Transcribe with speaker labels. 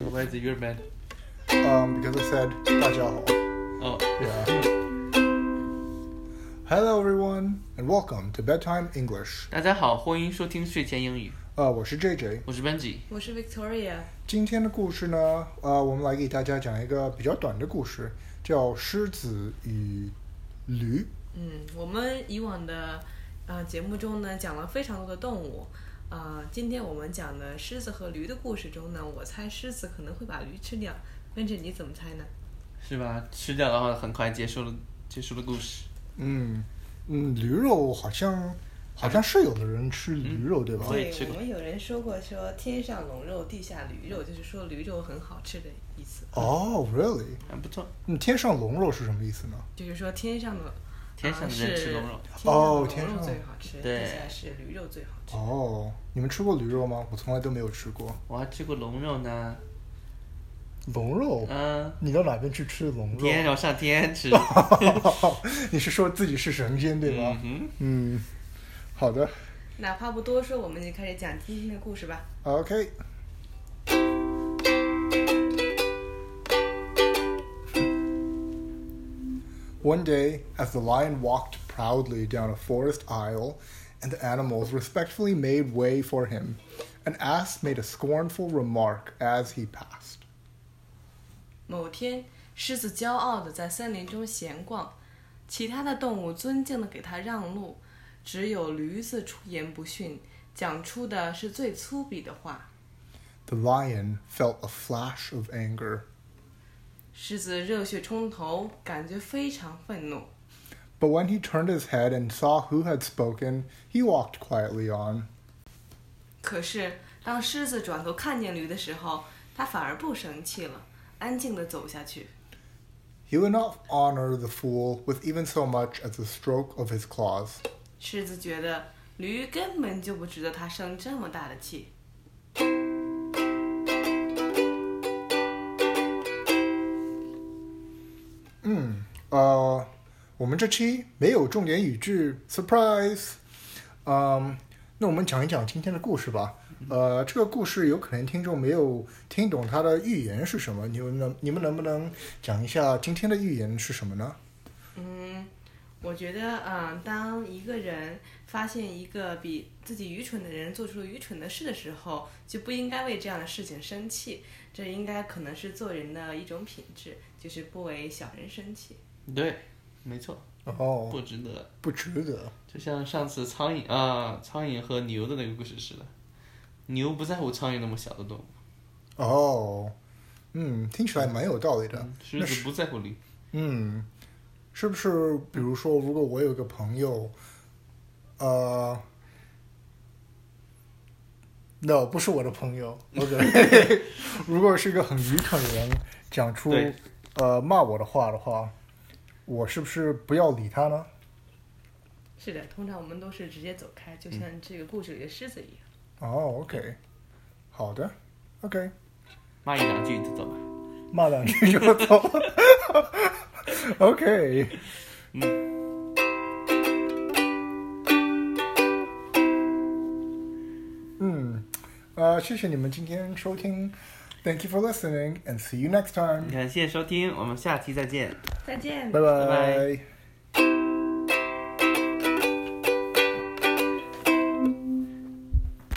Speaker 1: where's the your man?
Speaker 2: Um, because I said 大家好.
Speaker 1: Oh,
Speaker 2: Yeah. Hello everyone and welcome to bedtime English.
Speaker 1: 大家好，欢迎收听睡前英语，
Speaker 2: 呃，我是 JJ。
Speaker 1: 我是 Benji。
Speaker 3: 我是 Victoria，
Speaker 2: 今天的故事呢，呃，我们来给大家讲一个比较短的故事，叫《狮子与驴》。
Speaker 3: 嗯，我们以往的呃节目中呢讲了非常多的动物，呃，今天我们讲的狮子和驴的故事中呢，我猜狮子可能会把驴吃掉，跟着你怎么猜呢？
Speaker 1: 是吧？吃掉的话，很快结束了，结束了故事。
Speaker 2: 嗯嗯，驴肉好像好像是有的人吃驴肉，对吧？
Speaker 1: 我也吃过
Speaker 3: 我们有人说过说天上龙肉，地下驴肉，就是说驴肉很好吃的意思，
Speaker 2: 哦、r e a l l y
Speaker 1: 还不错，
Speaker 2: 嗯，天上龙肉是什么意思呢？
Speaker 3: 就是说天上的。
Speaker 1: 天上的人
Speaker 3: 呃
Speaker 1: 吃龙肉，
Speaker 3: 是
Speaker 2: 哦
Speaker 3: 天
Speaker 2: 天上
Speaker 3: 龙肉最好吃，
Speaker 1: 对
Speaker 3: 地下是驴肉最好吃。
Speaker 2: 哦、你们吃过驴肉吗？我从来都没有吃过
Speaker 1: 我还吃过龙肉呢。
Speaker 2: 龙肉。
Speaker 1: 嗯，
Speaker 2: 你到哪边去吃龙肉？
Speaker 1: 天上上天 吃。
Speaker 2: 你是说自己是神仙对吗？
Speaker 1: 嗯
Speaker 2: 嗯，好的。
Speaker 3: 哪怕不多说，我们就开始讲今天的故事吧。
Speaker 2: OK。One day, as the lion walked proudly down a forest aisle, and the animals respectfully made way for him, an ass made a scornful remark as he passed.
Speaker 3: 某天，狮子骄傲地在森林中闲逛，其他的动物尊敬地给它让路，只有驴子出言不逊，讲出的是最粗鄙的话。
Speaker 2: The lion felt a flash of anger,
Speaker 3: 狮子热血冲头，感觉非常愤怒。
Speaker 2: but when he turned his head and saw who had spoken, he walked quietly on.
Speaker 3: 可是，当狮子转头看见驴的时候，它反而不生气了，安静地走下去。
Speaker 2: He would not honor the fool with even so much as a stroke of his claws.
Speaker 3: 狮子觉得驴根本就不值得它生这么大的气。
Speaker 2: 呃，Uh, 我们这期没有重点语句，surprise。嗯，那我们讲一讲今天的故事吧。呃，这个故事有可能听众没有听懂它的寓言是什么，你们能你们能不能讲一下今天的寓言是什么呢？
Speaker 3: 嗯，我觉得，嗯，当一个人发现一个比自己愚蠢的人做出了愚蠢的事的时候，就不应该为这样的事情生气。这应该可能是做人的一种品质，就是不为小人生气。
Speaker 1: 哼，对，没错，
Speaker 2: 哦，
Speaker 1: 不值得。
Speaker 2: 不值得。
Speaker 1: 就像上次苍蝇啊，苍蝇和牛的那个故事似的，牛不在乎苍蝇那么小的动物，
Speaker 2: 哦，嗯，听起来蛮有道理的。
Speaker 1: 嗯狮
Speaker 2: 那
Speaker 1: 子不在乎驴。
Speaker 2: 嗯，是不是？比如说，如果我有一个朋友，呃，no，不是我的朋友，OK，如果是一个很愚蠢的人讲出
Speaker 1: 对
Speaker 2: 呃骂我的话的话，我是不是不要理他呢？
Speaker 3: 是的，通常我们都是直接走开，就像这个故事里的狮子一样。
Speaker 2: 哦，OK，好的，OK，
Speaker 1: 骂一两句就走了。
Speaker 2: 骂两句就走 了，OK。嗯，呃，谢谢你们今天收听，Thank you for listening and see you next time，
Speaker 1: 感谢收听，我们下期再见。
Speaker 3: 再见。
Speaker 2: 拜
Speaker 1: 拜
Speaker 2: 拜。